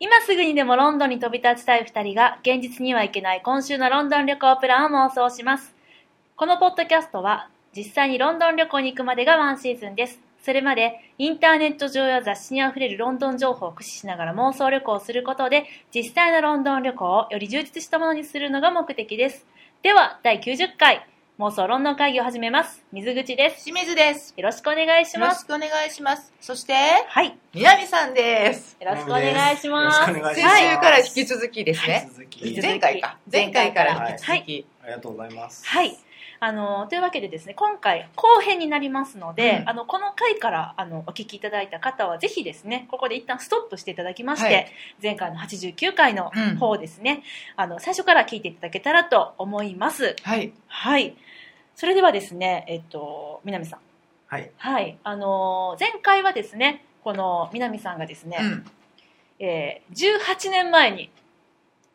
今すぐにでもロンドンに飛び立ちたい2人が現実には行けない今週のロンドン旅行プランを妄想しますこのポッドキャストは実際にロンドン旅行に行くまでがワンシーズンですそれまでインターネット上や雑誌にあふれるロンドン情報を駆使しながら妄想旅行をすることで実際のロンドン旅行をより充実したものにするのが目的ですでは第90回妄想ロンドン会議を始めます水口です清水です。よろしくお願いしよろましすくお願いします。そして、はい南さんです。よろしくお願いしますよろしくお願い先し週ますから引き続きですね。引引き続きき続き前回か。前回から引き続き。ありがとうございます。はい。あのというわけでですね今回後編になりますので、うんあのこの回からあのお聞きいただいた方はぜひですねここで一旦ストップしていただきまして、はい前回の89回のうん方ですね、あの最初から聞いていただけたらと思います。はい。はいそれではですね、えっと、南さん、はい。はいあの前回はですねこの南さんがですね、うんえー18年前に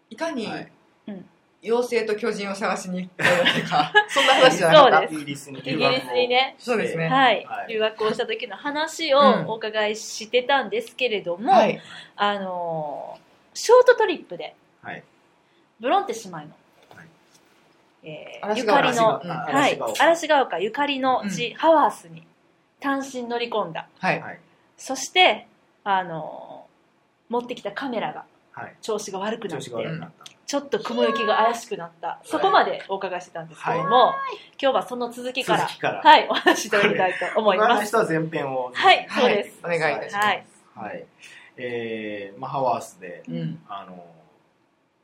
いかにはい妖精と巨人を探しに行ったよとか、そんな話じゃなそうかっですイギリスにイギリスにねそうですねはいはい留学をした時の話うんをお伺いしてたんですけれども、た。はい。あのーショートトリップではい。ブロンテ姉妹の、はいえー嵐ゆがか丘りの、うん嵐が丘はい、嵐が丘ゆかりの地、ハワースに単身乗り込んだはい。はい。そして、あのー持ってきたカメラがはい。調子が悪くな調って子が悪くなっちょっと雲行きが怪しくなったそこまでお伺いしてたんですけども、今日はその続きた。から続きから。い。はい、お話しいただきたいと思いまのす。人は前編を。はいそうですお願いいたしまはい、す。はい。えー、まあ、ハワースで、す。うん。あの、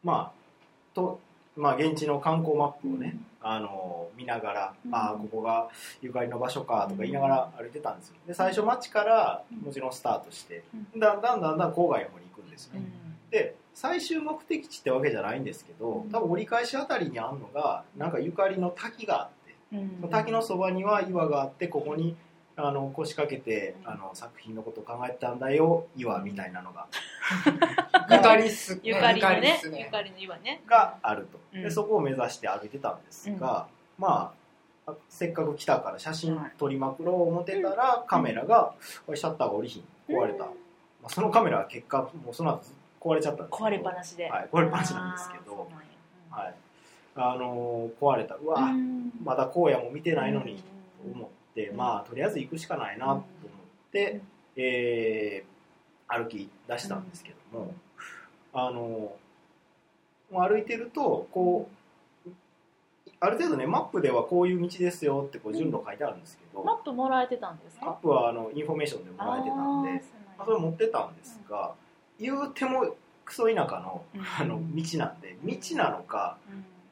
まあ、と、まあ、現地の観光マップをね、あの、見ながら、うんああ、ここがゆかりの場所かとか言いながら歩いてたんですよ。で、最初街からもちろんスタートして、だんだんだんだん郊外の方に行くんですようね。んで最終目的地ってわけじゃないんですけど多分折り返しあたりにあるのがなんかゆかりの滝があってうんその滝のそばには岩があってここにあの腰掛けてあの作品のこと考えてたんだよ岩みたいな のがゆかりっすね。ゆかりのゆかりっねす、ゆかりの岩ね。があるとうんでそこを目指して歩いてたんですが、まああせっかく来たから写真撮りまくろう思ってたらカメラがおいシャッターが降りひん壊れた、うまんあ、そのカメラは結果もうその後壊れちゃったんですけど壊れっぱなしで。はい、壊れっぱなしなんですけど。はい、あのー壊れたうわ、まだだ荒野も見てないのにとうん思って、まあとりあえず行くしかないなと思って、うんえー歩き出したんですけども、あのーもう歩いてるとこうある程度ねマップではこういう道ですよってこう順路書いてあるんですけど、マップもらえてたんですマッかプはあのインフォメーションでもらえてたんでまあそれ持ってたんですが、言うてもクソ田舎のあの道なんで道なのか、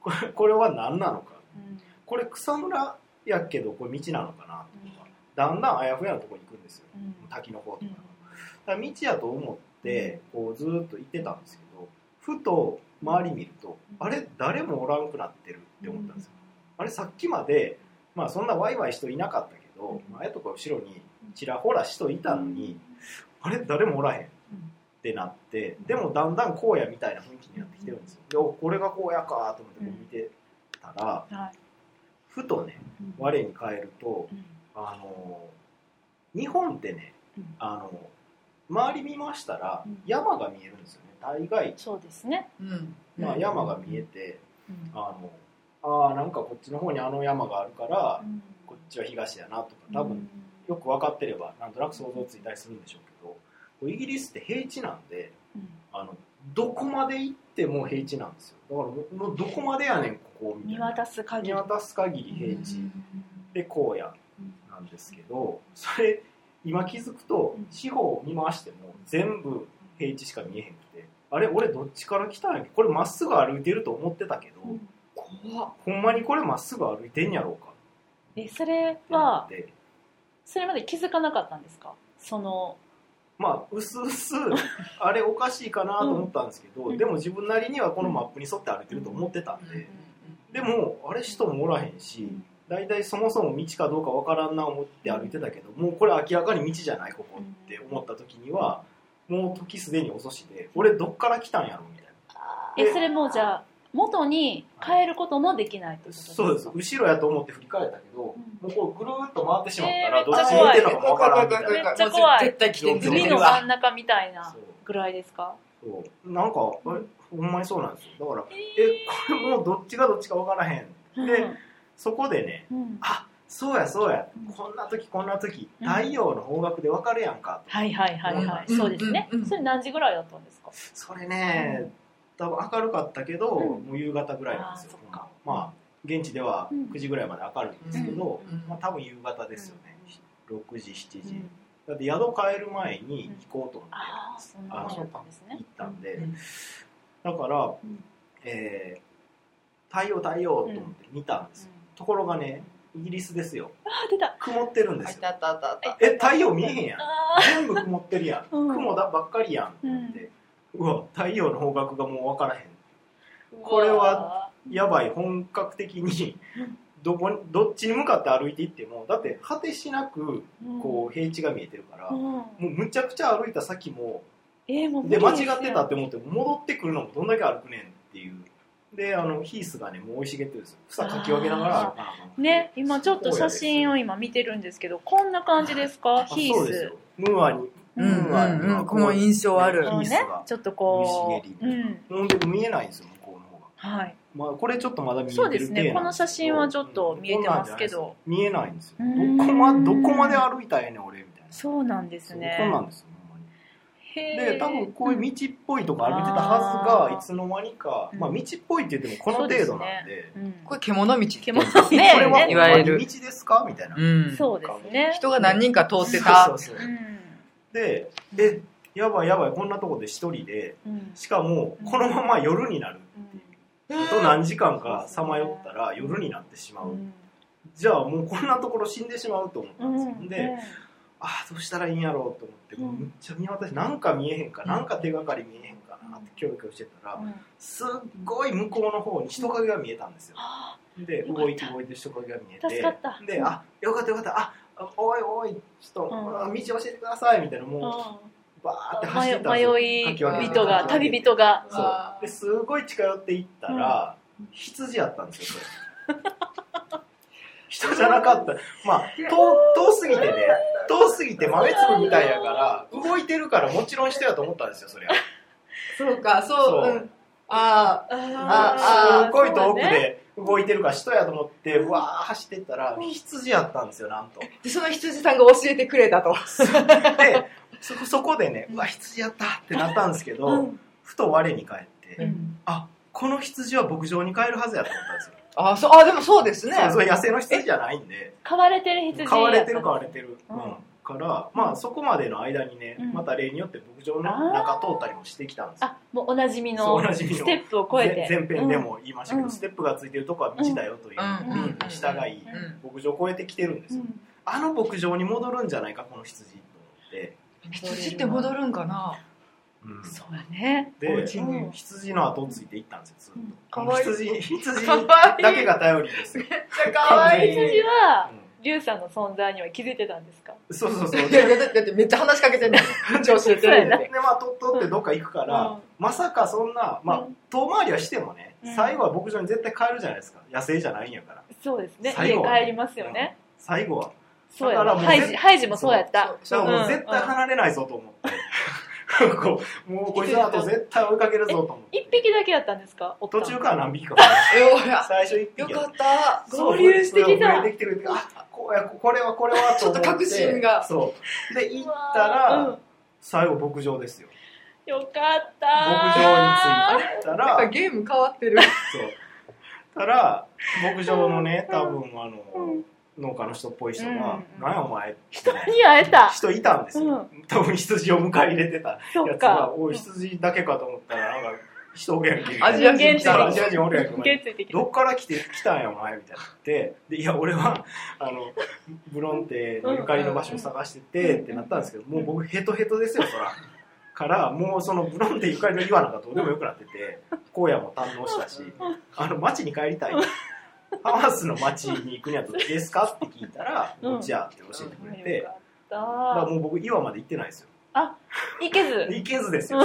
これこれは何なのかこれ草むらやけどこれ道なのかなとかだんだんあやふやなとこに行くんですよ滝の方とかだから道やと思ってこうずーっと行ってたんですけどふと周り見るとあれ誰もおらんくなってるって思ったんですよあれさっきまでまあそんなワイワイ人いなかったけどうん前とか後ろにちらほら人いたのにあれ誰もおらへんってなってでもだんだん荒野みたいな雰囲気になってきてるんですよでおこれが荒野かと思ってこう見てたら、ふとね我に返るとあの日本ってねうんあの周り見ましたらうん山が見えるんですよね大概、そうですね。うん。まあ、山が見えてあのあーなんかこっちの方にあの山があるからこっちは東やなとか多分よく分かってればなんとなく想像ついたりするんでしょうけどこうイギリスって平地なんであのどこまで行っても平地なんですよだからもうもうどこまでやねんここみた見いな渡す限見り。渡す限り平地で荒野なんですけどそれ今気づくとうん四方を見回しても全部平地しか見えへんくてあれ俺どっちから来たんやっけこれまっすぐ歩いてると思ってたけど、怖っ。ほんまにこれまっすぐ歩いてんやろうかえ、それってなっは、てそれまで気づかなかったんですかその、まあうすうすあれおかしいかなと思ったんですけど、うんでも自分なりにはこのマップに沿って歩いてると思ってたんで、でもあれ人もおらへんし、うんだいたいそもそも道かどうかわからんな思って歩いてたけどもうこれ明らかに道じゃないここって思った時にはもう時すでに遅しで俺どっから来たんやろみたいえ、それもうじゃあ、元に変えることもできないってなことですかそうです後ろやと思って振り返ったけどもうんうこうぐるーっと回ってしまったえーめらどっっちちゃ向い怖いてんのかもわからんみたいめっなちゃ怖い絶対来てんそぞう海の真ん中みたいなそうぐらいですかそうなんかあれほんまにそうなんですよだからえこれもうどっちがどっちか分からへんでそこでねうんうんあそうやそうやうんこんな時こんな時うん太陽の方角で分かるやんかはいはいはいはい、うんそうですね、うんうんうんそれ何時ぐらいだったんですかそれね多分明るかったけどうんもう夕方ぐらいなんですよあーそっかまあ現地ではうん9時ぐらいまで明るいんですけどうんうんまあ多分夕方ですよね6時7う時んだって宿帰る前に行こうと思ってああそんなあ感じだそうったかんです行ねったんでうんだからうんうんえー太陽太陽と思って見たんですよところがねイギリスですよああ出た曇ってるんであいすたよあったあったあったえ太陽見えへんやんああ全部曇ってるやんうん雲だばっかりやんってなって、うわ太陽の方角がもう分からへんこれはやばい本格的にうんどこにどっちに向かって歩いていってもだって果てしなくうんこう平地が見えてるから、うもんうむちゃくちゃ歩いた先もえーもう無で理間す違よってたって思って戻ってくるのもどんだけ歩くねんっていうであのヒースがねもう生い茂ってるんですよ草かき分けながら歩かなあかんくてね今ちょっと写真を今見てるんですけどこんな感じですかあヒそうーですよスムーアにうんうんうんこの印象あるこうヒーねスがちょっとこう、生うい茂りんほんで見えないんですよ向こうの方がはい、まあ、これちょっとまだ見えてそるうですね体なんこのですけど写真はちょっと見えてますけどうん見えないんですようどーんこ,、ま、どこまで歩いたらええねん俺みたいなそうなんですねそうこんなんですよほんまにへーで多分こういう道っぽいとこ歩いてたはずあがーいつの間にか、うんまあ、道っぽいって言ってもこの程度なんでうん、これ獣道って獣ねこれはほんいまわゆにる道ですかみたいな、うんそうですね人が何人か通ってそたうそうそううんでえやばいやばいこんなとこで一人でうんしかもこのまま夜になるあと何時間かさまよったら夜になってしまう、うんじゃあもうこんなところ死んでしまうと思ったんですよ、うんで、ああどうしたらいいんやろうと思って、うんむっちゃ見渡してなんか見えへんかうんなんか手がかり見えへんかなってキョロキョロしてたら、うんうんすっごい向こうの方に人影が見えたんですよ、あでよかった動いて動いて人影が見えて助かったであよかったよかったああおいおいちょっと、うんあ道教えてくださいみたいなもう、あバーって走ってたんですよ迷いかき分けて人が旅人がそうあーですごい近寄っていったら、羊やったんですよそれ人じゃなかったまあ遠遠すぎてね遠すぎて豆粒みたいやから動いてるからもちろん人やと思ったんですよそりゃそうかそうそううんああーああすっごい遠くそうねで動いてるから人やと思ってわー走ってったら羊やったんですよなんとあでその羊さんが教えてくれたとでそそこでねうわ羊やったってなったんですけど、うんふと我に返って、うんあこの羊は牧場に帰るはずやと思ったんですよ、あーそうあでもそうですねそうそう野生の羊じゃないんで飼われてる羊買われてる買かわれてる、ううんんから、まあ、そこまでの間にね、うんまた例によって牧場の中通ったりもしてきたんですよあもうおなじみそうのおなじみのステップを超えて前前編でも言いましたけうど、んステップがついてるとこは道だよというルうんールに従い、うんうん牧場を越えてきてるんですうよ、んあの牧場に戻るんじゃないかこの羊と思って、羊って戻るんかなそうやねでお家にうん羊の後をついていったんですよずっとうんかわいい 羊羊かわいいだけが頼りですよ、めっちゃ可愛い羊はうリュウさんの存在には気づいてたんですかんそうそう そういやいやだってだってめっちゃ話しかけてんのめっちゃ教えてるんでまあととってどっか行くから、うんまさかそんな、まあうん遠回りはしてもね、うん最後は牧場に絶対帰るじゃないですか野生じゃないんやからそうですね最家後は帰りますよね最後はそうやだからなもうハイジハイジもそうやっただからもう絶対うん離れないぞと思って、 こうもうこいつの後絶対追いかけるぞと思っ一て匹だけやったんですかおったの途中から何匹か来ましえおやた最初一匹よやかったそう合流してきた合流できてるあこうやこれはこれはと思ってちょっと確信がそうで行うっわーたら、うん最後牧場ですよよかった牧場に着いたなんらかゲーム変わってるそう。たら、牧場のね、多分あの、うん農家の人っぽい人が、うんなんやお前人に会えた人いたんですよ。多分羊を迎え入れてたやそっつが、かおい、羊だけかと思ったら、なんか、人おるやんけ。アジア人現地ア来ジたア人おるやんけおゲ前。ついてきたどっから来て来たんやお前みたいになってでいや俺はあのブロンテのゆかりの場所を探しててってなったんですけどもう僕ヘトヘトですよそらからもうそのブロンテゆかりの岩なんかどうでもよくなってて荒野も堪能したしあの町に帰りたいハマスの町に行くにはどっちですかって聞いたら「うんこっちや」って教えてくれてよだからかっもう僕岩まで行ってないですよたいけず行けずですよ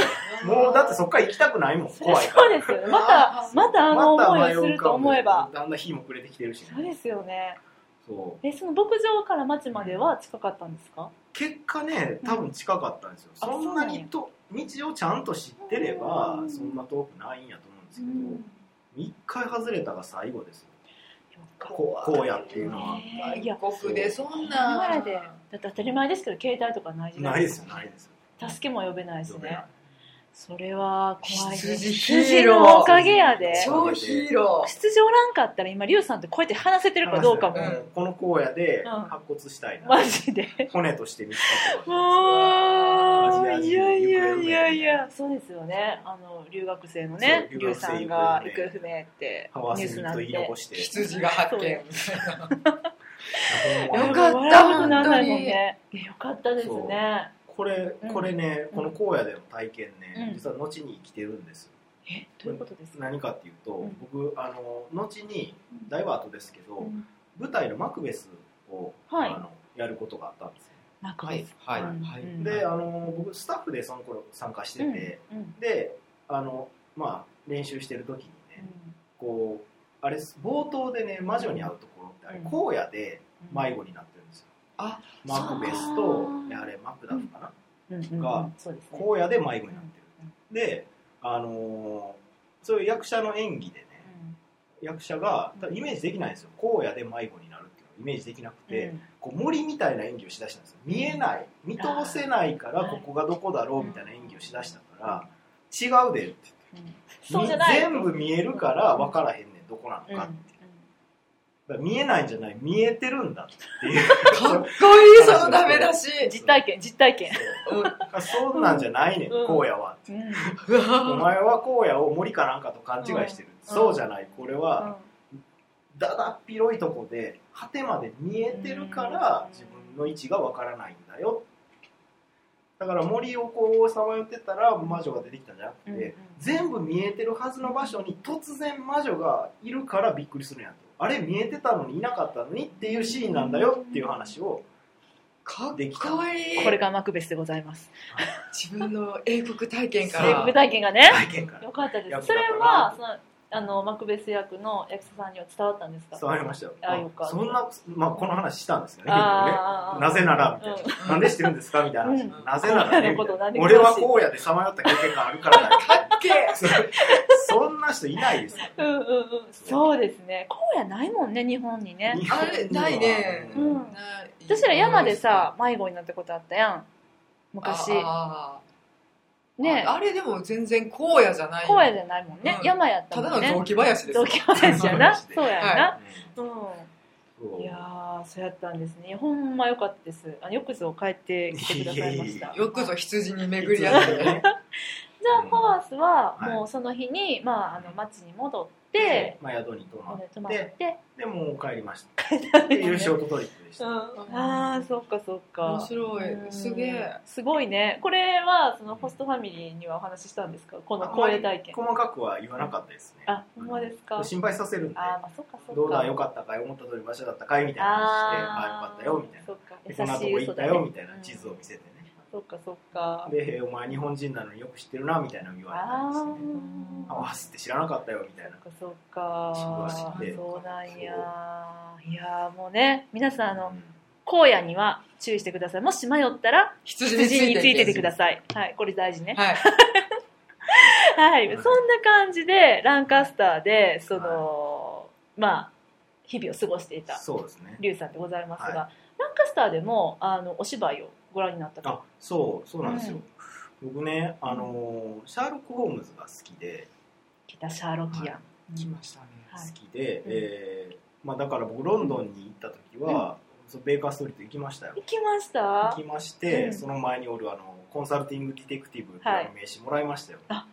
もうだってそっから行きたくないもん怖いからそうですよねまたまたあの思いをすると思えばだんだん日も暮れてきてるしねそうですよねそうえその牧場から町までは近かったんですか結果ね多分近かったんですよ、あそんなにと道をちゃんと知ってればうんそんな遠くないんやと思うんですうけど、ん、よ一回外れたが最後ですよかっこうこうやっていうのはたねいや国でそん今なまでだって当たり前ですけど携帯とかない時代ないですよないですよ助けも呼べないし呼べないねそれは怖い、ね、羊ヒ羊ーローのおかげやでそう超ヒーロー出場おらんかったら今リュウさんとこうやって話せてるかどうかも、話せるこの荒野うでん白骨したいな、マジ で骨として見つかったもアうジいアや人いや行方不明いやいやそうですよねあの留学生のねそうリュウさんが行方不明ってハワニュセースミなんとて言い残して羊が発見みたいなほんまよにかった笑うことなんないもんねいやよかったですねこれうんこれね、うんこの荒野での体験ね、うん実は後に生きてるんですえどういうことですか、何かっていうと、うん僕あの後にうんだいぶ後ですけど、うん舞台のマクベスを、はいあのやることがあったんですよマクはいベスはいうんはいうんであの僕スタッフでその頃参加してて、うんうんであのまあ練習してる時にね、こうあれです冒頭でね魔女に会うところってあれうん荒野でうん迷子になってるんですよ、あマクベスとそういやあれマクダフかな、うんうんうんがそうですね荒野で迷子になってるであのーそういう役者の演技でね役者が多分イメージできないんですよ荒野で迷子になるっていうのをイメージできなくて、うんこう森みたいな演技をしだしたんですよ見えない見通せないからはいここがどこだろうみたいな演技をしだしたから違うでってうんそうじゃない全部見えるから分からへんねんどこなのかって、だから見えないんじゃない見えてるんだっていうかっこいいそのダメ出しうん実体験実体験そうあそうなんじゃないねん、うん荒野はって、うおわ前は荒野を森かなんかと勘違いしてる、うんそうじゃないこれはだだっ広いとこで果てまで見えてるかうんら自分の位置がわからないんだよだから森をこうさまよってたら魔女が出てきたんじゃなくて、うんうん全部見えてるはずの場所に突然魔女がいるからびっくりするんやとあれ見えてたのにいなかったのにっていうシーンなんだよっていう話をかっできたこいいこれがマクベスでございます自分の英国体験かあーでら舞台券がね体験からよかったでやっすそぱれはそのあのマクベス役の役者さんには伝わったんですか伝わりましたよあよかったそんな、まあ、この話したんですよねあー結構ねなぜならみたいな、うなんでしてるんですかみたいな話、うんなぜならねみたいこういうことななんで俺は荒野でさまよった経験があるから だよかっけえそ そんな人いないですよ、んうんうんそうですね荒野ないもんね日本にね日本にはあれないねうんうん私ら山でさ迷子になったことあったやん昔あーねああれでも全然荒野じゃないよ荒野じゃないもんねうん山やったただもんの雑ね木林ですよ雑木林や な雑木林でそうやはなうそうんいやーそうやったんですねほんまよかったですあよくぞ帰ってきてくださいましたいえいえいえよくぞ羊に巡り合ってねじゃあパワースははいもうその日に、まあ、あの町に戻って、まあ、宿に泊まって泊まって、でもう帰り ましたっていうショートトリップでしうた、ん、ああそっかそっ面か白いすげえすごいねこれはそのホストファミリーにはお話ししたんですかこの公演体験細かくは言わなかったですねあほんまですか心配させるんでああまあそっかそっかどうだよかかったかい思った通り場所だったかいみたいな話してああよかあったよみたいなでそこっんなかと優こしい嘘行っただねよみたいな地図を見せてね、そっかそっかでえー「お前日本人なのによく知ってるな」みたいなの言われたあんですーね「合わせて知らなかったよ」みたいそなっかそっか知ってそうなんやいやーもうね皆さんあのうん荒野には注意してくださいもし迷ったら羊につ羊についいてててくださいはいこれ大事ねはいはい、はそいんな感じでランカスターでその、まあ日々を過ごしていたそうですねリュウさんでございますが、はランカスターでもあのお芝居をご覧になったとあそうそうなんですよ、うん僕ねあのーシャーロック・ホームズが好きで、北シャーロキアン、は来ましたねはい好きで、うんえーまあ、だから僕ロンドンに行った時は、そうベーカーストリート行きましたよ行きました行きまして、うんその前におるあのコンサルティングディテクティブっていうあの名刺もらいましたよ、あ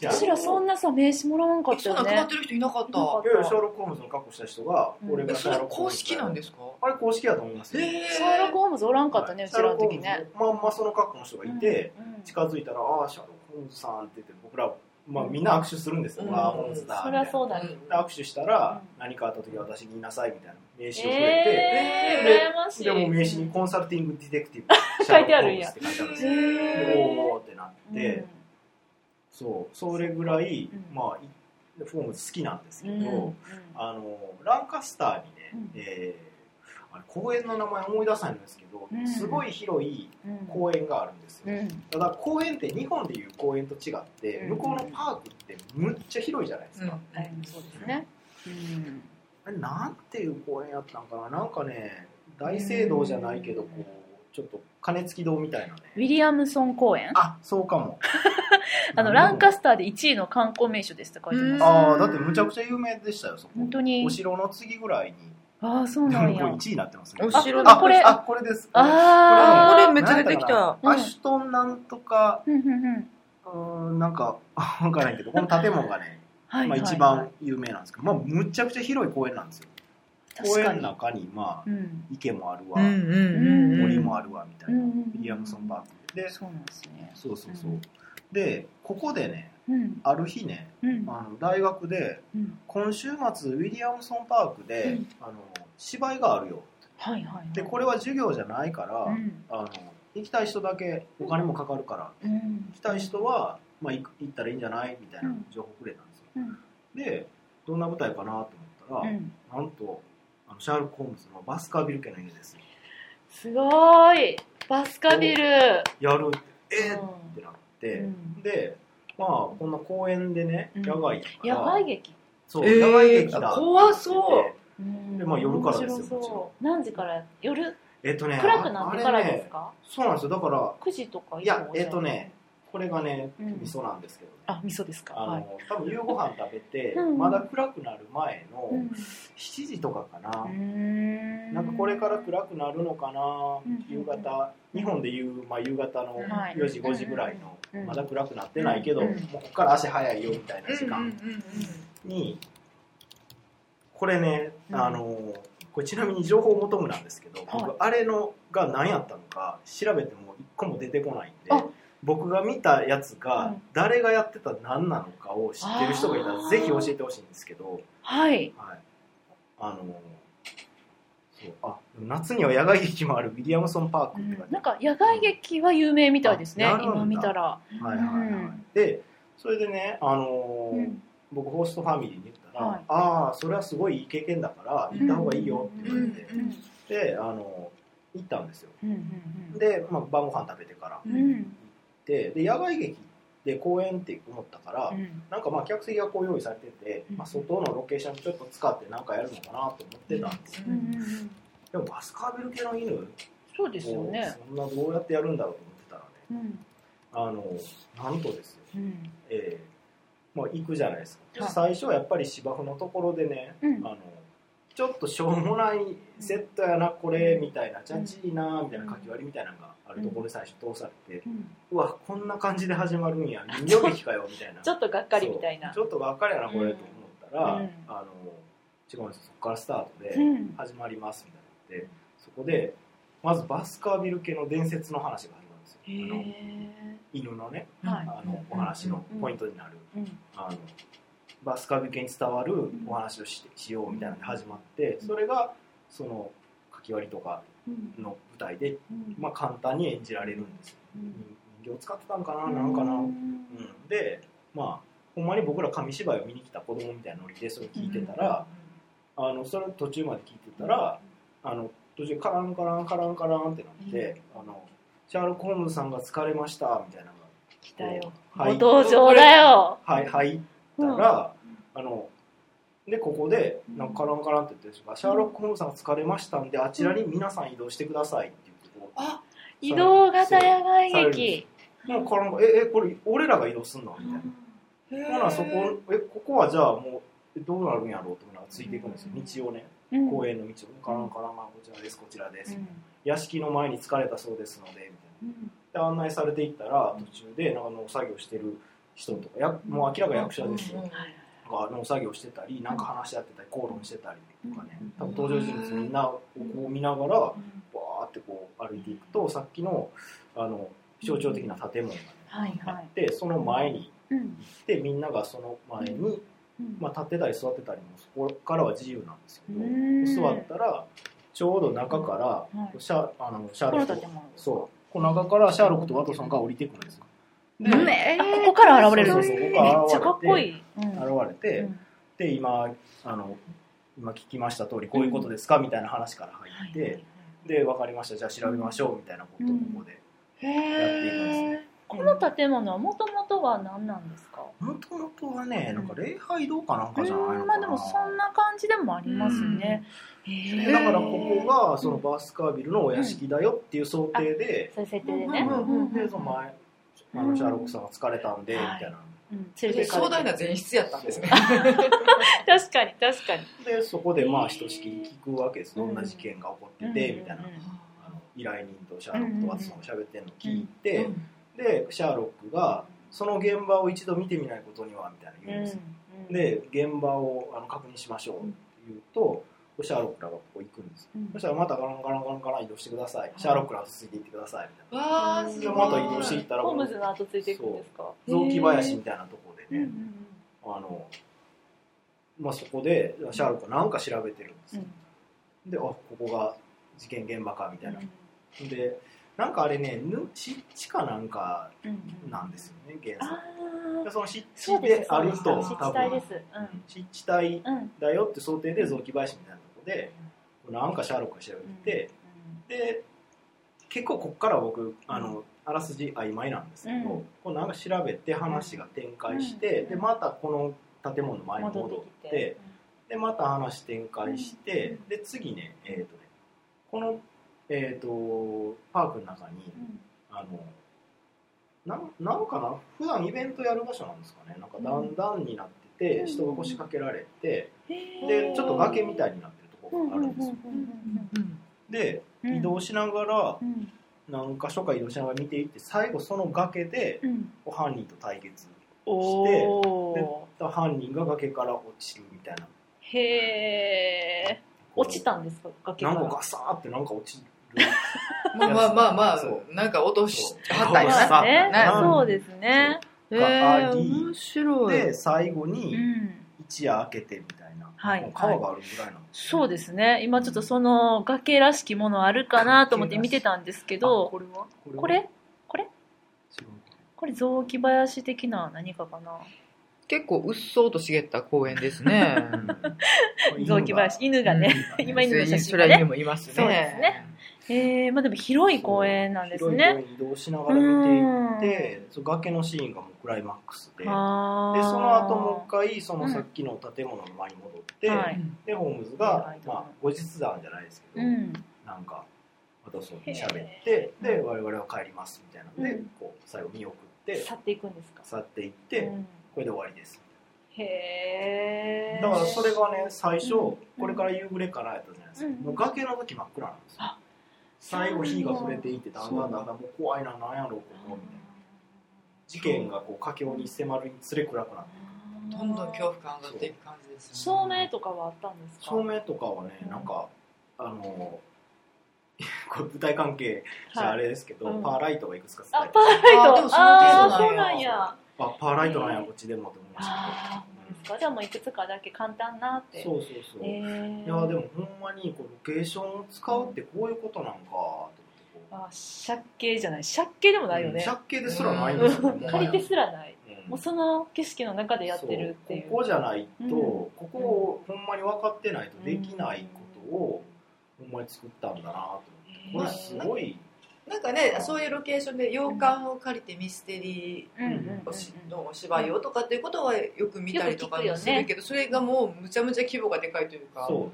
いや私らそんなさ名刺もらわんかっえたそうよなくなねってる人いなかっいなかったいやいやシャーロック・ホームズの格好した人が、うん俺えがシそャれーロック・ホ公ームズ式なんですかあれ公式だと思いますよへーシャーロック・ホームズおらんかったね、はいうちらの時シャーロねックホームズまんまその格好の人がいて、うんうん近づいたら「ああシャーロック・ホームズさん」って言って僕ら、まあ、みんな握手するんですよ「うんああホームズだ」そりみたいゃなそうだね、で握手したら、う何かあった時は私に言いなさいみたいな名刺をくれて、えでー、羨ましいでも名刺にコンサルティングディテクティブ 書いてあるんやシャーロックホームズって書いてあるんですよへおーってなって、そうそれぐらい、うんまあいフォームズ好きなんですうけど、んうんうんあのランカスターにね、うんえーあれ公園の名前思い出さないんですけど、うんすごい広いうん公園があるんですよ、うんただ公園って日本でいう公園と違って、うん向こうのパークってむっちゃ広いじゃないですか、はいそうですね。うんあれなんていう公園やったんかななんかね大聖堂じゃないけどこうちょっと鐘付き堂みたいなねウィリアムソン公園あそうかも あのランカスターで1位の観光名所ですって書いてます。ああだってむちゃくちゃ有名でしたよそこ本当にお城の次ぐらいにああ、そうでなんもこれや。 1位になってますねお城あこれあこれですあこーれめっちゃ出てきた。うんアシュトンなんとかうんうんうんうーんなんかわからないけどこの建物はいがね、まあ、はいはい一番有名なんですけど、まあ、むちゃくちゃ広い公園なんですよ公確か園のに。中にまあうん池もあるわ、うんうんうん。森もあるわみたういな、んうんウィリアムソンパークでそうなんですね。そうそうそううんでここでねうんある日ねうんあの大学でうん今週末ウィリアムソンパークで、うんあの芝居があるよはいはいはい。でこれは授業じゃないから、うんあの行きたい人だけお金もかかるからうん行きたい人は、まあ、行く行ったらいいんじゃないみたいな情報くれたんですよ、うんでどんな舞台かなと思ったうら、んなんとあのシャーロック・ホームズのバスカービル家の家ですすごーいバスカビルやるえー、っうてなって、んうんでまあこんな公園でねうん野外やから、野外劇そう、えー野外劇だ怖そううんでまあ夜からですよ面白もちそろう何時から夜えっとね暗くなってからあれですねかそうなんですよだから9時とか以降いやえっとねこれがねうん味噌なんですけどね、あ味噌ですかあのはい多分夕ご飯食べて、うんまだ暗くなる前のうん7時とかかな、うんなんかこれから暗くなるのかな、うん夕方日本でいう、まあ、夕方のはい4時5時ぐらいの、うんまだ暗くなってないけど、うんもうここから足早いよみたいな時うんうん間に、これね、うんあのこれちなみに情報を求むなんですけど、はい僕あれのが何やったのか調べても一個も出てこないんあで。僕が見たやつうがん誰がやってた何なのかを知ってる人がいたあらーぜひ教えてほしいんですけど、はいはい、あのそうあ夏には野外劇もあるウィリアムソンパークうってん書いてなんあか野外劇は有名みたいですねあなるんだ今見たらる、はいはいはいうんでそれでね、あのーうん僕ホストファミリーに言ったら「はいああそれはすごいいい経験だから行った方がいいよ」ってう言われんて、うんで、あのー行ったんですようんうんで、まあ、晩ご飯食べてからうんうんでで野外劇で公演って思ったから、うんなんかまあ客席がこう用意されてて、うんまあ、外のロケーションちょっと使ってなんかやるのかなと思ってたんですよ、うんうんうんでもバスカーベル系の犬そうですよねそんなどうやってやるんだろうと思ってたらねうんあのなんとですよ、うんえーまあ、行くじゃないですか、はい最初はやっぱり芝生のところでね、うんあのちょっとしょうもないセットやなこれみたいなチャチーなみたいなかき割りみたいなのがあるところで最初通されて、うんうわこんな感じで始まるんや人形劇かよみたい なちょっとがっかりみたいなそうちょっとがっかりやなこれと思ったら、うんうんあの違うんですよそこからスタートで、うん始まりますみたいなのでそこでまずバスカービル系の伝説の話が始まへるんですよあのえ犬のねはいあのお話のポイントになるうんあのバスカービル系に伝わるお話をししようみたいなので始まってそれがそのかき割りとかうんの舞台で、うんまあ、簡単に演じられるんですようん人形使ってたのかななんかな、ううん、んでまあほんまに僕ら紙芝居を見に来た子供みたいなノリでそれ聞いてたら、あのそれ途中まで聞いてたら、あの途中カランカランカランカランってなって、あのシャーロック・ホームズさんが疲れましたみたいなの来たよごが入っ登場だよはい入ったら、あのでここでなんかカランカランって言ってる人がシャーロック・ホームズさんが疲れましたんであちらに皆さん移動してください」って言ってこうあ移動型野外されるんです劇もうカランカランええこれ俺らが移動すんの?」みたいな。へーほなそこえここはじゃあもうえどうなるんやろうと思うのがついていくんですよ道をねうん公園の道をカランカランカランこちらですこちらです、うん屋敷の前に疲れたそうですのでみたいうんなで案内されていったら途中でなんか農作業してる人とかやもう明らか役者ですよ、うんが農作業してたりなんか話し合ってたり口論してたりとかねうん多分登場人物みんなをこう見ながらバーってこう歩いていくとさっきのあの象徴的な建物がねはいあはいってその前にうん行ってみんながその前にうんまあ、立ってたり座ってたりもそこからは自由なんですけど、うん座ったらちょうど中から、はいシャあのシャーこロのック建と物そうこの中からシャーロックとワトソンが降りてくるんですよでうんえーあここから現れるそのうそうめっそうここからちゃかっこ現れていいうん現れて、うんで今あの今聞きました通りこういうことですか、みたいな話から入って、で分かりましたじゃあ調べましょうみたいなことをここで、へえやっていくんですねこの建物はもともとは何なんですか、もともとはねなんか礼拝堂かなんかじゃないのかな、うんまあでもそんな感じでもありますね、へでえだからここがそのバースカービルのお屋敷だよっていう想定で、そういう設定でうねんうんうんうんでその前あのシャーロックさんが疲れたんでみたいな、うん連れてで行かれ壮て大な前室やったんです ね確かに確かにでそこでまあひとしきり聞くわけです、うんどんな事件が起こってて、みたいなあの依頼人とシャーロックとワトソンが喋ってるのを聞いて、でシャーロックがその現場を一度見てみないことにはみたいなう言うんんですうよ、んで現場をあの確認しましょうって言うと、シャーロックらがここ行くんですようんそしたらまたガランガランガランガラン移動してください、シャーロックら後ついていってくださいみたいわあすでごいなでまた移動していったらホームズの後ついていくんですか雑木林へみたいなところえでね、あのまあ、そこでシャーロックが何か調べてるんですうんうよ、んであここが事件現場かみたいなう、んでなんかあれねぬ湿地かなんかうんうんなんですよね原あ作であその湿そ地うですであるそうとです湿地多帯で分すうん湿地帯うんだよって想定で雑木林みたいなとこでなんかシャーロックが調べてて、で結構こっから僕あのあらすじ曖昧なんですけど、うんこうなんか調べて話が展開して、うんでまたこの建物の前に戻戻っっててきててでまた話展開して、うんで次ねえっ、とねこの、えー、とパークの中に、うんあのなんなんかな普段イベントやる場所なんですかねなんか段々になってて、うん人が腰掛けられて、へえでちょっと崖みたいになってるところがあるんですよ、うんうんでうんうん移動しながらうん何か所か移動しながら見ていって最後その崖でうん犯人と対決おでー犯人が崖から落ちるみたいなへえ落ちたんですか崖かなんらかガサーってなんか落ちるまあまあまあまあそうなんか落としそうはったりそうですなねねそうですねそうがあり白で最後にうん一夜明けてみたいな、はいもう川があるぐらいなの、そうですね今ちょっとその崖らしきものあるかなと思って見てたんですけあどこれははこれ違うこれ雑木林的な何かかな結構うっそうと茂った公園ですね雑木林犬がね、 今犬の写真そがれは犬ねもいますねそうですねえー、まあでも広い公園なんですね広い公園に移動しながら見ていってその崖のシーンがもうクライマックスででそあーの後もう一回そうんのさっきの建物の前に戻って、はいでホームズはがい、まあ、後日談じゃないですけうど、んなんか渡そうに喋ってで我々は帰りますみたいなので、うんこう最後見送って去っていくんですか去っていって、うんこれで終わりですへえだからそれがね最初、うんこれから夕暮れからやったじゃないですか、うんもう崖の時真っ暗なんですよあ最後火が触れていってだんだんだんだんもう怖いななんやろここみたいな事件がこう佳境に迫るにつれ暗くなってどんどん恐怖感上がっていく感じですね照明とかはあったんですか照明とかはねうんなんかあの これ舞台関係じはいゃあれですけど、うんパーライトがいくつか使あえてパーライあトでもそのあー程そ度うななんんややあパーライトなんやこっちでもって思いましたああですかじゃあもういくつかだけ簡単なってけどそうそうそう、えーいやでもほんまにこうロケーションを使うってこういうことなんかと思ってこうあ借景じゃない借景でもないよね、借景ですらないんですよ、うんもは借やりてすらないうんもうその景色の中でやってるっていうそうここじゃないと、うんここをほんまに分かってないとできないことをほんまに作ったんだなと思ってこれすごい、なんかねそういうロケーションで洋館を借りてミステリうんうんうんうんーおしのお芝居をとかっていうことはよく見たりとかよく聞くよもすねるけどそれがもうむちゃむちゃ規模がでかいというか、そうん、う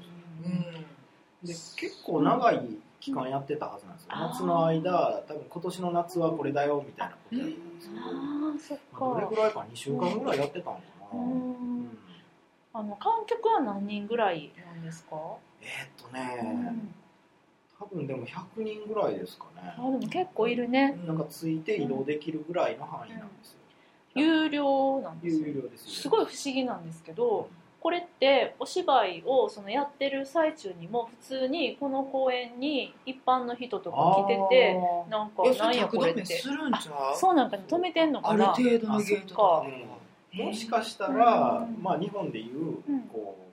で結構長い期間やってたはずなんですよ、うん夏の間多分今年の夏はこれだよみたいなことやったんですけど、ああそっまあどれかくらいか2週間ぐらいやってたのかうな、うんんあの観客は何人ぐらいなんですか、えーっとうね、ん、多分でも100人ぐらいですかねあ、でも結構いるねなんかついて移動できるぐらいの範囲なんですよ、有料なんですよ有料ですよすごい不思議なんですけどこれってお芝居をそのやってる最中にも普通にこの公演に一般の人とか来ててあーなんかいやそなんれや着これっ止めてするんちゃうそうなんか止めてんのあかるな程度のゲートとかでももしかしたら、うんまあ、日本でいううんこう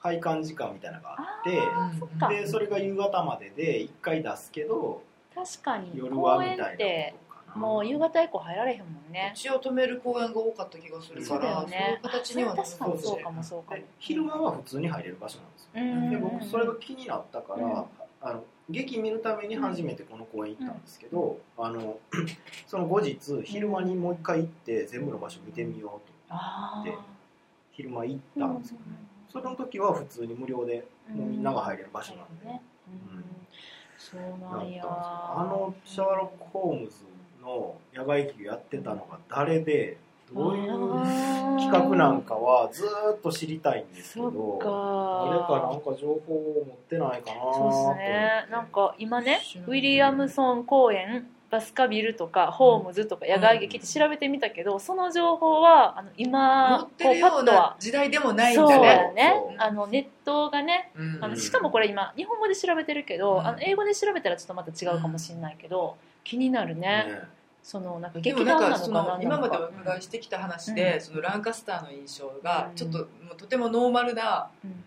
配管時間みたいなのがあって、あーそっかでそれが夕方までで1回出すけど確かに夜は公み園たっいてなことかなもう夕方以降入られへんもんね血を止める公園が多かった気がするそかうだらよねそういう形にはなる確かにそうかもそうかもで昼間は普通に入れる場所なんですよ、うんで僕それが気になったから、うんあの劇見るために初めてこの公園行ったんですけど、あの その後日昼間にもう一回行って全部の場所見てみようとあー昼間行ったんですよね、その時は普通に無料でもうみんなが入れる場所なんで、ねうんそうだったなんんですやよあのシャーロック・ホームズの野外劇をやってたのが誰でどういう企画なんかはずーっと知りたいんですけそっどあれかかなんか情報を持ってないかなとそうです思ってねなんか今ね知らウないィリアムソン公園バスカビルとかホームズとか野外劇って調べてみたけど、その情報はあの乗今っこてうるパよッうとなは時代でもないんそうだだねねそうあのネットがねうんあのうんしかもこれ今日本語で調べてるけど、うんあの英語で調べたらちょっとまた違うかもしれないけど気になるねねそのなんかで劇も団なんなのかそかのな今までおは伺いしてきた話で、そのランカスターの印象がうんちょっともうとてもノーマルなうん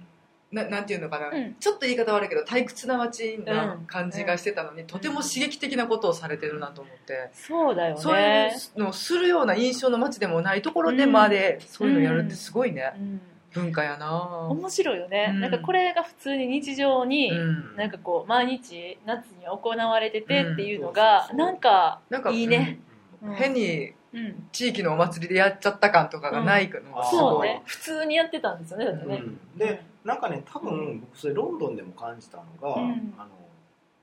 ななんていうのかな、うんちょっと言い方悪いけど退屈な街なうん感じがしてたのに、とても刺激的なことをされてるなと思って、そうだよそういうねのをするような印象の街でもないところでうんまでそういうのやるってすごいね、うん文化やなぁ面白いよね、うんなんかこれが普通に日常に、うんなんかこう毎日夏に行われててっていうのうんそうそうが、そうなんかなんかいいね、うんうん変にうん地域のお祭りでやっちゃった感とかがないのがすそごうい、ね普通にやってたんですよねだってうね、んでなんかね多う分僕それロンドンでも感じたのが、うんあの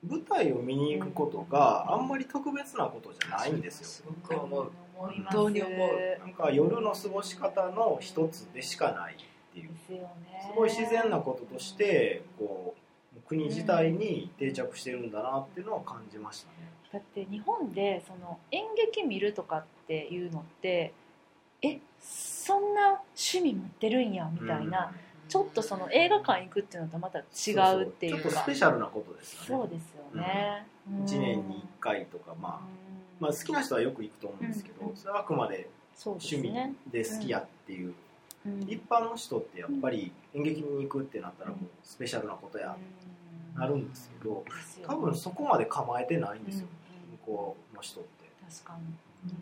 舞台を見に行くことがあんまり特別なことじゃないんですよすごく思う思います本当に思うなんか夜の過ごし方の一つでしかないっていうですよねすごい自然なこととしてこう国自体に定着してるんだなっていうのは感じましたね。だって日本でその演劇見るとかっていうのってえそんな趣味持ってるんやみたいな、ちょっとその映画館行くっていうのとまた違うっていそううそうちょっとスかペシャルなことですそようでね。すよね、うん1年に1回とか、まあまあ、好きな人はよく行くと思うんですけど、うんそれはあくまでそうです趣ね味で好きやっていう、うん一般の人ってやっぱり演劇に行くってなったらもうスペシャルなことやうんなるんですけどですよ多分そこまで構えてないんですよ、うん向こうの人って。確かに、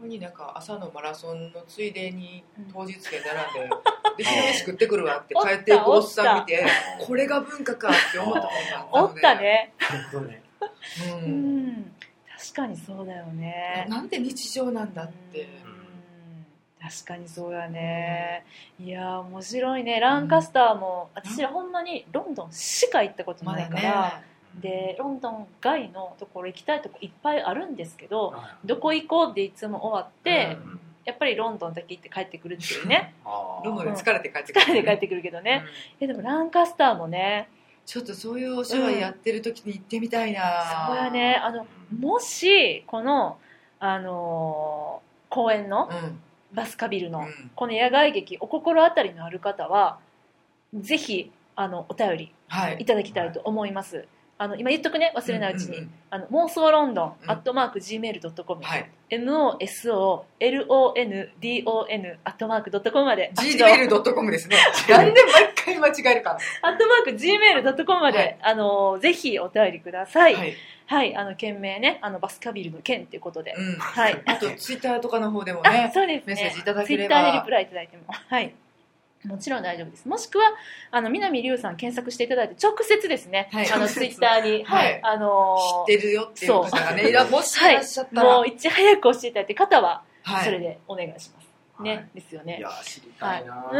ほんになんか朝のマラソンのついでにうん当日券並 んで「で昼飯食ってくるわ」って帰っていくおっさん見てこれが文化かって思ったことがおあっったたので、ねほんとねううんん確かにそうだよねなんで日常なんだって、うん確かにそうだねいやー面白いねランカスターも私らほんまにロンドンしか行ったことまなだいかねら、でロンドン外のところ行きたいとこいっぱいあるんですけどはいどこ行こうっていつも終わって、うんやっぱりロンドンだけ行って帰ってくるっていう ねあーロンドンで疲れて帰ってくる疲れて帰ってくるけどね、うんえでもランカスターもねちょっとそういうお芝居やってる時に行ってみたいな、そうやねあのもしこの、あのー公園のうんバスカビルの、うんこの野外劇お心当たりのある方はぜひあのお便りはいいただきたいと思います、あの今言っとくね忘れないうちに、んんあの妄想ロンドン、うんアットマーク Gmail.com、うんはい MOSOLONDON アットマーク .com まで gmail.com ですね。なんで毎回間違えるか。アットマーク Gmail.com まで、はいあのぜひお便りくださいはい、い。あの件名ねあのバスカビルの件ということで、うん。はいあと、ツイッターとかの方でもあね、そうですねメッセージいただツイけッれターでばリプ。ライいただいても、はい、もちろん大丈夫です。もしくは、あの南龍さん検索していただいて、直接ですね、はいあの直接ツイッターに、はいあのー知ってるよっていう方がそうね、いらもしいらっしゃったら、もういち早く教えていただいて方は、はいそれでお願いします。はいね、ですよいね。や知りたいな、は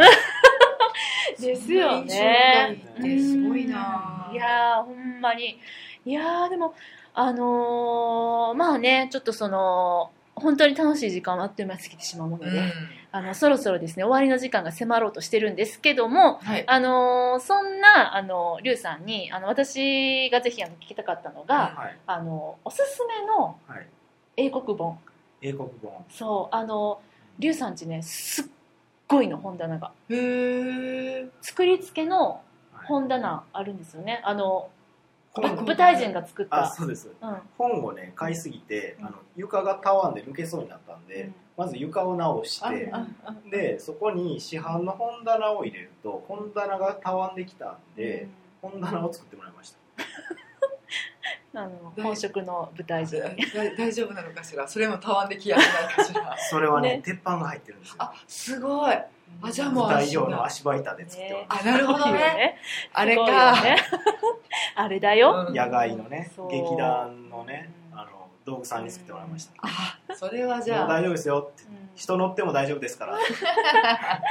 ですよね。そんな印象がいいってすごいなうんいやー、ほんまに。いやー、でも、あのーまあね、ちょっとその、本当に楽しい時間はあっという間に過ぎてしまうもので、うんあの、そろそろですね、終わりの時間が迫ろうとしてるんですけども、はい。あのーそんな、あのー、リュウさんに、あの、私がぜひ、あの、聞きたかったのが、はいあのーおすすめのはい、英国本。英国本そう、あのー、リュウさんちね、すっごいの本棚が。へー作り付けのはい本棚あるんですよね。あの、本舞台人が作っあた。そうですうん。本をね買いすぎて、うんあの床がたわんで抜けそうになったんで、うんまず床を直しあてああでそこに市販の本棚を入れると本棚がたわんできたんで、本棚を作ってもらいましたあの本職の舞台人大大丈夫なのかしらそれもたわんできやがないか しらそれはねね鉄板が入ってるんですよあすごいあじゃあもう舞台上のだ足場板で作ってます、あなるほどねあれすごいかよね あれだよ、うん野外のねそう劇団のねうんあの道具さんに作ってもらいました、あそれはじもうゃ大丈夫ですよってうん人乗っても大丈夫ですからあ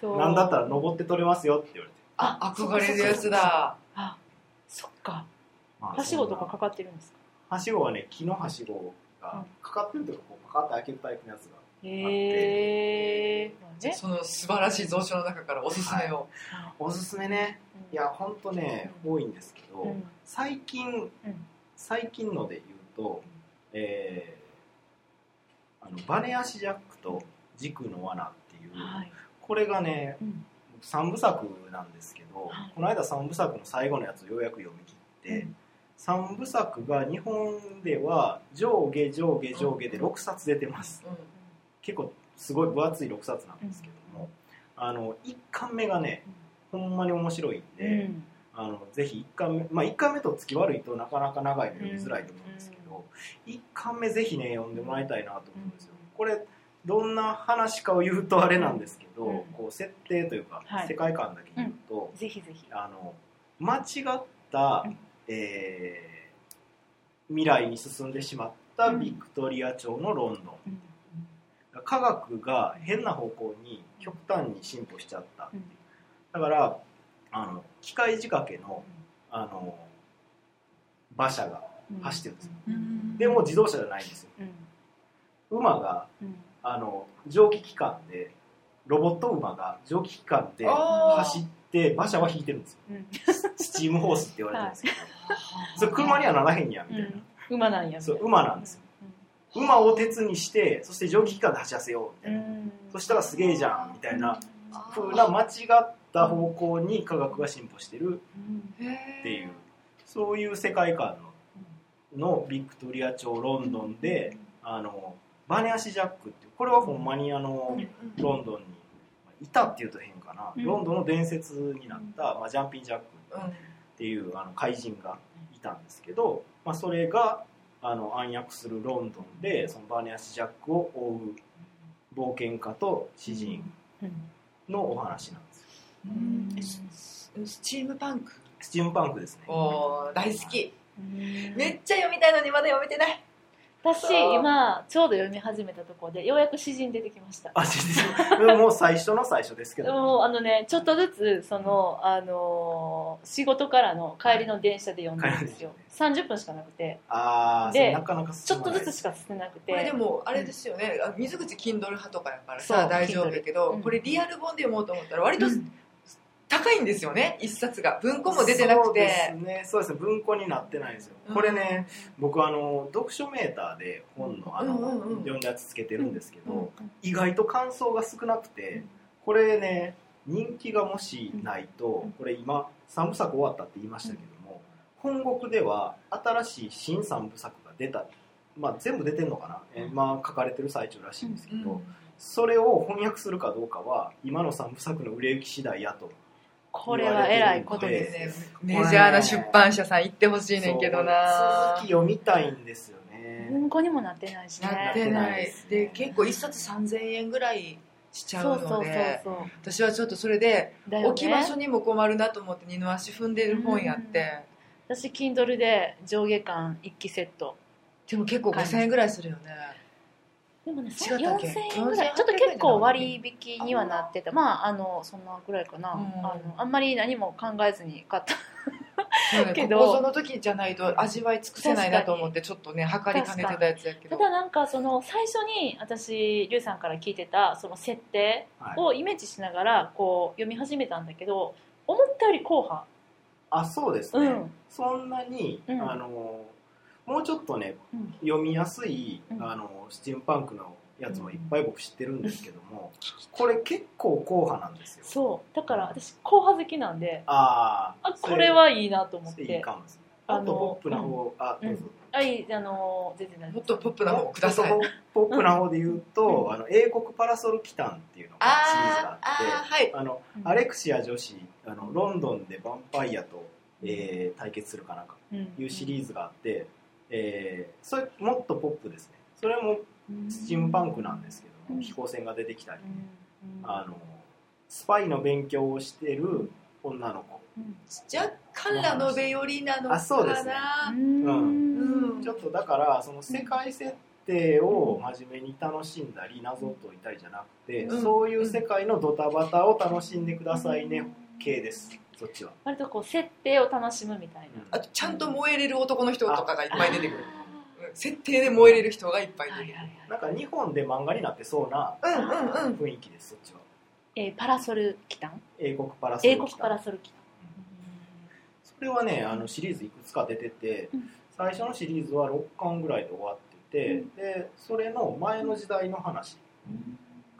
そう何だったら登って取れますよって言われて、あ憧れるやつだあそっかまあはしごとかかかってるんですかはしごはね木のはしごがかかってるというかこうパカッて開けるタイプのやつがへえーねその素晴らしい蔵書の中からおすすめをおすすめねいやほんとね多いんですけど、うんうん最近うん最近ので言うと、えーあのバネ足ジャックと軸の罠っていう、はいこれがねうん3部作なんですけど、はいこの間3部作の最後のやつをようやく読み切って、3部作が日本では上下上下上下で6冊出てますう結構すごい分厚い6冊なんですけども、あの1巻目がねほんまに面白いんうで、んあのぜひ1巻目まあ1巻目と月悪いとなかなか長いの読みづらいと思うんですけうんど、一1巻目ぜひね読んでもらいたいなと思うんですよ、うんこれどんな話かを言うとあれなんですけど、うんこう設定というか、はい世界観だけ言うと、ぜひぜひあの間違った、うんえー未来に進んでしまったビクトリア朝のロンドン、うん科学が変な方向に極端に進歩しちゃったうんだからあの機械仕掛けのあの馬車がうん走ってるんですようんでも自動車じゃないんですようん馬がうんあの蒸気機関でロボット馬が蒸気機関でんあー走って馬車は引いてるんですようんスチームホースって言われてるんですけど、それ車にはならへんやみうたい ん馬なんやな、そう馬なんですよ馬を鉄にしてそして蒸気機関で走らせようみたいな、そしたらすげえじゃんみたいなふうな間違った方向に科学が進歩してるっっていうそういう世界観ののビクトリア朝ロンドンで、あのバネ足ジャックっていうこれはほんまにあの、ロンドンにいたっていうと変かな、うんロンドンの伝説になった、まあ、ジャンピン・ジャックっていうあの怪人がいたんですけど、まあ、それがあの暗躍するロンドンでそのバネ足ジャックを追う冒険家と詩人のお話なんですようんススチームパンクスチームパンクですねおー大好きめねっちゃ読みたいのにまだ読めてない私今ちょうど読み始めたところでようやく詩人出てきましたあ全然もう最初の最初ですけど、もうあのねちょっとずつその、あのー仕事からの帰りの電車で読んだんですよ30分しかなくてああでなかなかちょ進っまとないずつしか進めなくてこれでもあれですよね、あ水口 Kindle 派とかやからそさう大丈夫だ Kindle けうどんこれリアル本で読もうと思ったら割とうん高いんですよね一冊が文庫も出てなくてそうですねそうですね文庫になってないんですよ、うんこれね僕あの読書メーターで本のあうの、んうんうん読んだやつつけてるんですけど、うん意外と感想が少なくて、うんこれね人気がもしないと、うんこれ今3部作終わったって言いましたけども、本国では新しい新3部作が出たまあ全部出てんのかな、えーまあ書かれてる最中らしいんですけうど、んそれを翻訳するかどうかは今の3部作の売れ行き次第やとこれはえらいことこれです、ねメジャーな出版社さん行ってほしいねんけどそうな続き読みたいんですよね、文庫にもなってないしなっねてなねいで結構一冊3000円ぐらいしちゃそううそうそのうでそ私はちょっとそれでうだよね置き場所にも困るなと思って二の足踏んでる本やって私 Kindle で上下巻1期セットでも結構5000円ぐらいするよねでもね違ったっけ4000円ぐらいちょっと結構割引にはなってたまああのそんなぐらいかな、うんあのあんまり何も考えずに買ったそうねけこどこぞの時じゃないと味わい尽くせないなと思ってちょっとね測りかねてたやつやけたどだなんかその最初に私リュウさんから聞いてたその設定をイメージしながらこう読み始めたんだけど思ったより後半あそうですうね、んそんなに、うんあのもうちょっとねうん読みやすい、うんあのスチームパンクのやつもいっぱい僕知ってるんですけども、これ結構硬派なんですよそうだから私後半好きなんであああこれはいいなと思っいいてかもですああのとポップな方、あどうぞ、はいあの全然大丈も夫っとポップな方くださいもっとポポップな方で言うと、うんあの英国パラソルキタンっていうのがシリーズがあーあってあーはいあのうんアレクシア女子あのロンドンでヴァンパイアとえー対決するかなんかうんいうシリーズがあって、えーそれもっとポップですねそれもスチームパンクなんですけどうもん飛行船が出てきたりう、んうんあのスパイの勉強をしてる女の子うん若干ラノベ寄りなのかなあそうですねうんちょっとだからその世界設定を真面目に楽しんだり謎を解いたりじゃなくて、うんそういう世界のドタバタを楽しんでくださいね系ですそっちは割とこう設定を楽しむみたいあとちゃんと燃えれる男の人とかがいっぱい出てくなるうん設定で燃えれる人がいっぱいはいはい出てはいなんか日本で漫画になってそうなくるうんうんうん雰囲気ですそっちはえーパラソル機関英国パラソル英来た国パラソル機関それはねあのシリーズいくつか出てて、うん最初のシリーズは6巻ぐらいで終わってて、うんでそれの前の時代の話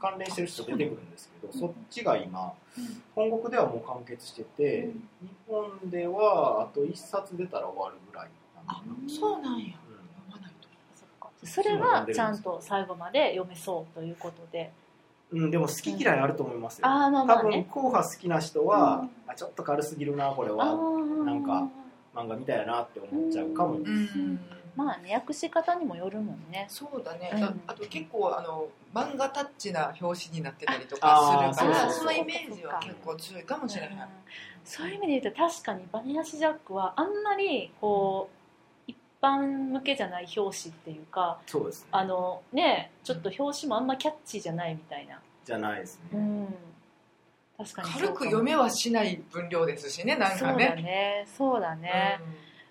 関連してる人出てくるんですけど、そっちが今本国ではもう完結してて、うん日本ではあと1冊出たら終わるぐらいなんだなそうなんやう読まないとそっかそれはちゃんと最後まで読めそうということでんうんでも好き嫌いあると思いますよ、あーまあま多あ分ね硬派好きな人は、うんあちょっと軽すぎるなこれあはーなんか漫画みたいやなって思っちゃうかも、うんうんまあね訳し方にもよるもんねそうだね、うんああと結構あの漫画タッチな表紙になってたりとかするからあーそうそうそのイメージは結構強いかもしれない、そういう意味で言うと確かにバニラシジャックはあんまりこう一般向けじゃない表紙っていうかそうですねあのねちょっと表紙もあんまキャッチーじゃないみたいな、じゃないですうね、ん、確かにそうか軽もく読めはしない分量ですしねなんそうかだねねそうだね、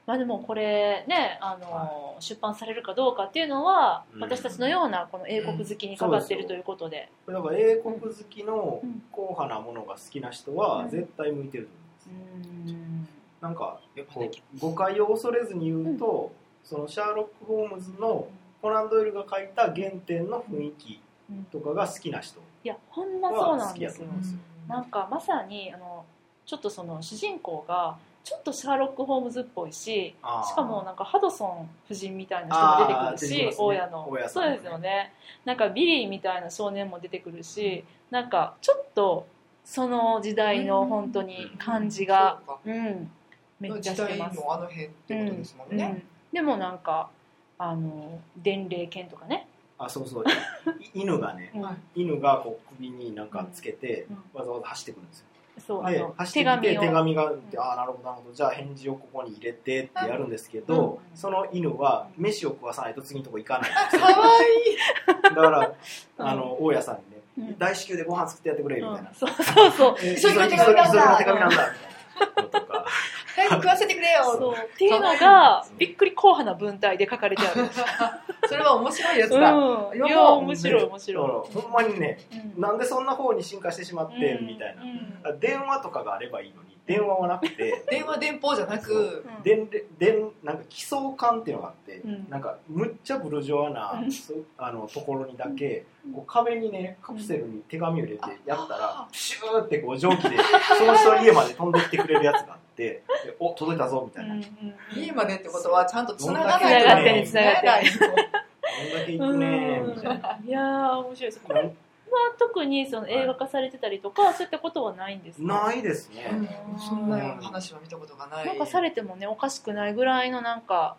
まあでもこれねあの、出版されるかどうかっていうのは、うん私たちのようなこの英国好きにかかってるということで、これだから英国好きのうん硬派なものが好きな人うはん絶対向いてると思います、うんなんかうん、読まこなきゃう誤解を恐れずに言うと、そのシャーロック・ホームズのコナン・ドイルが書いた原点の雰囲気うんとかが好きな人いやほんまそうなんですよは好きやと思うですよなんかまさにあのちょっとその主人公がちょっとシャーロック・ホームズっぽいしあーしかもなんかハドソン夫人みたいな人も出てくるあー出てきし、ますね大家の大家さんそもうねですよねなんかビリーみたいな少年も出てくるしなんかちょっとその時代の本当に感じが、そうかうん、めっちゃ時して代のます。あの辺ってことですもんね、うんでもなんかあの伝令犬とかね、あそうそうい 犬がねうんはい犬がこう首になんかつけて、うんわざわざ走ってくるんですよそうあでの走手ってき紙てを手紙があっうて、んああなるほどなるほどじゃあ返事をここに入れてってやるんですけど、うんその犬は飯を食わさないと次のとこ行かないんで すかよわいいだから うんあの大家さんにね、うん大至急でご飯作ってやってくれうよみたいんな、そうそうそうえー急ぎの手急紙ぎなんだ急ぎの手紙なんだみたいなのとか早く食わせてくれよそうっていうのがびっくり硬派な文体で書かれて ある。それは面白いやつうんだ、いや 面白い面だから白ほんまにねい。うんなんでそんな方に進化してしまってみたいな、うんうんあ電話とかがあればいいのに電話はなく て電話電報じゃなくうん電電なんか奇想感っていうのがあって、うんなんかむっちゃブルジョアな、うんそうあのところにだけ、うんこう壁にねカプセルに手紙を入れてやったうんら、プシューってこう蒸気でその人の家まで飛んでってくれるやつがあってでお届いたぞみたいな、うんどん家までってことはちゃんと繋がないと繋がってねる繋がって繋がないとだけ行うくんねみたいな。いやー面白いです。これは特にその映画化されてたりとか、そういったことはないんですか。ないですね、うんそんなような話は見たことがないなんかされてもねおかしくないぐらいのなんか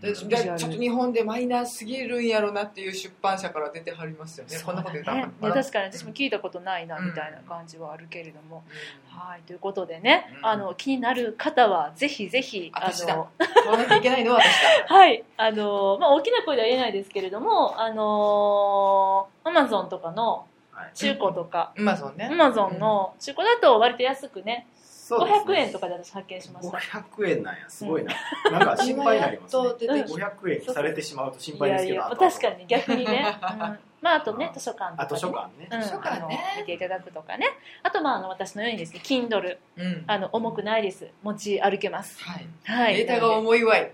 でうんでちょっと日本でマイナーすぎるんやろなっていう出版社から出てはりますよねこんなこと言ったらねあねかんな確かに私も聞いたことないなうんみたいな感じはあるけれども。うんはいということでね、うんあの気になる方はぜひぜひあ私だの買わなきゃいけないのは私だはい、あのーまあ、大きな声では言えないですけれども、あのアマゾンとかのはい中古とか、うまそうねアマゾンの中古だと割と安くね、そうです500ね円とかで私発見しました。 500円なんやすごいな、なんか心配になります、ね今やっ、と出てきた500円にされてしまうと心い配でやすいけどや、あと確かに逆に ね。うんまあ、あとねう、ん図書館とか、ね。あ図書館ね、うん図書館ねあの見ていただくとかねあとまああの私のようにですね Kindle うんあの重くないです持ち歩けますはいはいデータが重いわい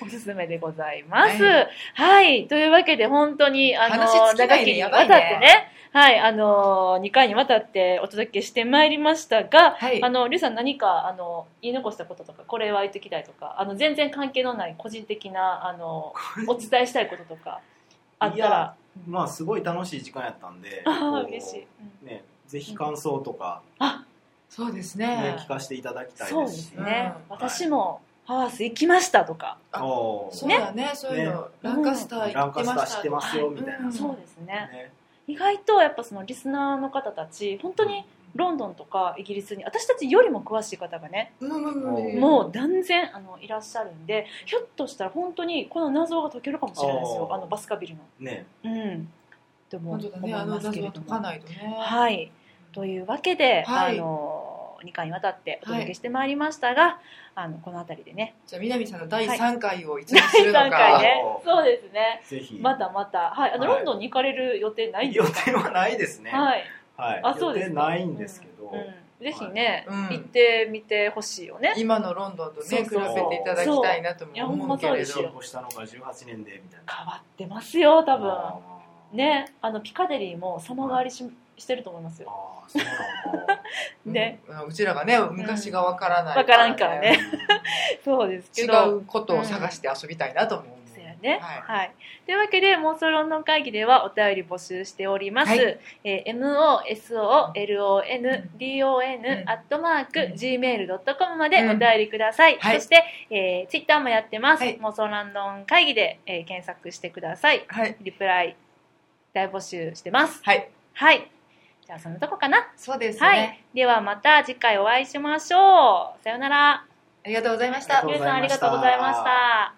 おすすめでございます。は、はいというわけで本当に、あの、話尽きな長いねきにやわばたっいてねね、はい、あの、2回にわたってお届けしてまいりましたが、はいあの、りゅうさん何か、あの、言い残したこととか、これは言っときたいとか、あの、全然関係のない個人的な、あの、お伝えしたいこととか、あっいたやら、まあすごい楽しい時間やったんであーこう嬉しい。うんねぜひ感想とか、あ、そうですねね聞。かせていただきたいそうでですしすね、うん私もハワース行きましたとか、あおーそうだね、そういうの、ランカスターラ行ンってカまスしたター知ってますよみたいな、うんそうですねね意外とやっぱそのリスナーの方たち本当にロンドンとかイギリスに私たちよりも詳しい方がね、うんうんうんうんもう断然あのいらっしゃるんでひょっとしたら本当にこの謎が解けるかもしれないですよあーあのバスカビルの。ねうん、とも本当だね、あの謎は解かないとね。はい、というわけで、はいあの2回にわたってお届けしてまいりましたが、あのこの辺りでねじゃあ、南さんの第三回をいつにするの第三回か。ねおーそうですねぜひまたまた、はい、あのはいロンドンに行かれる予定ないんで予すか定はないですね、はいはいあそうです予定かないんですけど、うんぜひね、はいうん行ってみてほしいよね。今のロンドンとそうね、比そうそうべていただきたいなともいやほん思まうけそうれですど。よ進歩したのが18年でみたいな変わってますよ多分あーねあのピカデリーも様変わりし,、してると思いますよあーそうなん だねうんうちらがね、昔がわからない。わからんからね。そうですけ違どうことを探して遊びたいなと思う。そうやねはいはい、というわけで妄想論論会議ではお便り募集しております、はいえー MOSOLONDON んアットマークうん Gmail.com までお便りください、はいそして、えー、ツイッターもやってます、はい妄想論論会議で、えー検索してくださいはい。リプライ大募集してますはい。はいじゃあそのとこかなそうですはね。い、ではまた次回お会いしましょう。さようなら。ありがとうございましあたりがとうございました皆さんありがとうございました。